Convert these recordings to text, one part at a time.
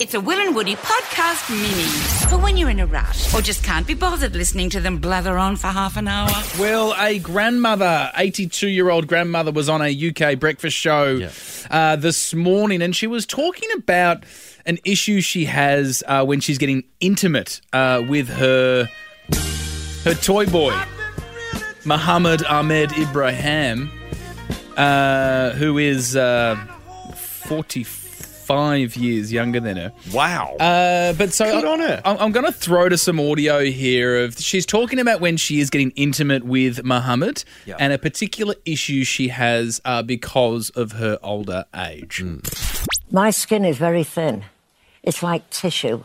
It's a Will and Woody podcast mini for when you're in a rush or just can't be bothered listening to them blather on for half an hour. Well, a grandmother, 82 year old grandmother, was on a UK breakfast show uh, this morning and she was talking about an issue she has uh, when she's getting intimate uh, with her, her toy boy, Muhammad Ahmed Ibrahim, uh, who is uh, 45 years younger than her. Wow. Uh, but so Good I, on her. I'm, I'm going to throw to some audio here of she's talking about when she is getting intimate with Muhammad Yeah. and a particular issue she has uh, because of her older age. My skin is very thin. It's like tissue.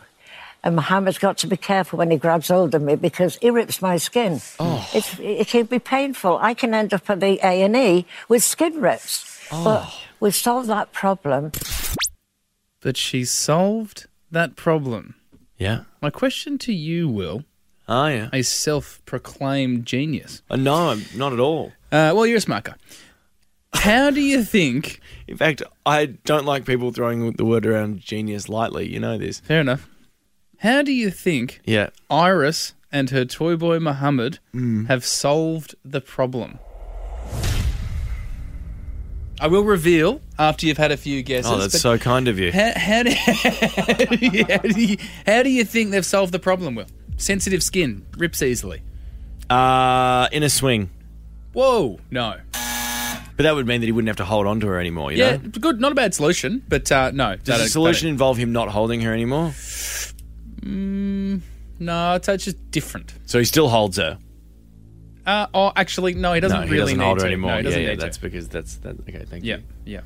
And Mohammed's got to be careful when he grabs hold of me because he rips my skin. It's, it can be painful. I can end up at the A&E with skin rips. But we've solved that problem. But she solved that problem. yeah. My question to you, Will, Oh, yeah. a self-proclaimed genius. Uh, no, I'm not at all. Uh, well, you're a smart guy. How do you think? In fact, I don't like people throwing the word around genius lightly. You know this. Fair enough. How do you think Yeah. Iris and her toy boy Muhammad Hmm. have solved the problem. I will reveal after you've had a few guesses. Oh, that's but so kind of you. How, how, do, how, do you, how do you think they've solved the problem, Will? Sensitive skin, rips easily. Uh, in a swing. Whoa, no. But that would mean that he wouldn't have to hold on to her anymore, you Yeah, know? good, not a bad solution, but uh, no. Does the solution involve him not holding her anymore? No, it's, it's just different. So he still holds her. Uh, oh, actually, no, he doesn't No, he really doesn't need hold her to. anymore. No, he yeah, doesn't yeah, need that's to. because that's that. Okay, thank Yeah, you. yeah.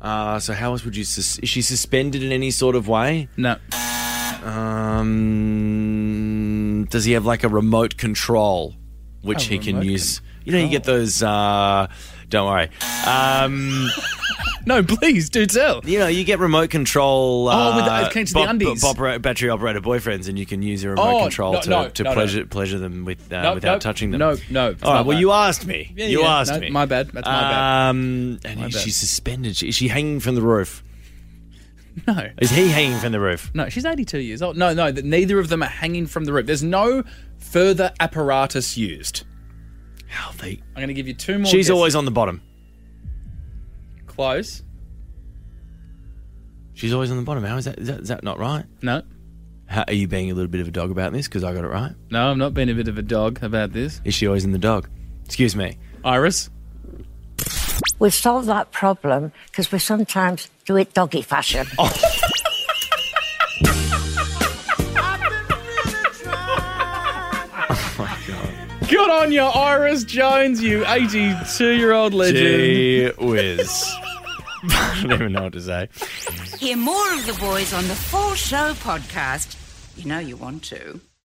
Uh, so how else would you? Sus- is she suspended in any sort of way? No, Um, does he have like a remote control, which A he can remote use? You know, you get those. Uh, don't worry. Um, no, please do tell. you know, you get remote control. Uh, Oh, with the- it connects to the undies. bopper- battery operated boyfriends, and you can use your remote Oh, control no, to, no, to no, no. pleasure pleasure them with uh, Nope, without nope, touching them. no, no, it's All my right. Well, bad. you asked me. Yeah, you yeah, asked no, me. my bad, that's my bad. Um, and My bad. she's suspended. She- Is she hanging from the roof? No. Is he hanging from the roof? No, she's 82 years old. No, no, that neither of them are hanging from the roof. There's no further apparatus used. How they? I'm going to give you two more. She's guesses. always on the bottom. close. She's always on the bottom. How is that? Is that, is that not right? No, How, are you being a little bit of a dog about this? Because I got it right. no, I'm not being a bit of a dog about this. Is she always in the dog? Excuse me. Iris, We've solved that problem because we sometimes do it doggy fashion. good on you, Iris Jones, you 82 year old legend. Gee whiz. I don't even know what to say. Hear more of the boys on the Full Show podcast. You know you want to.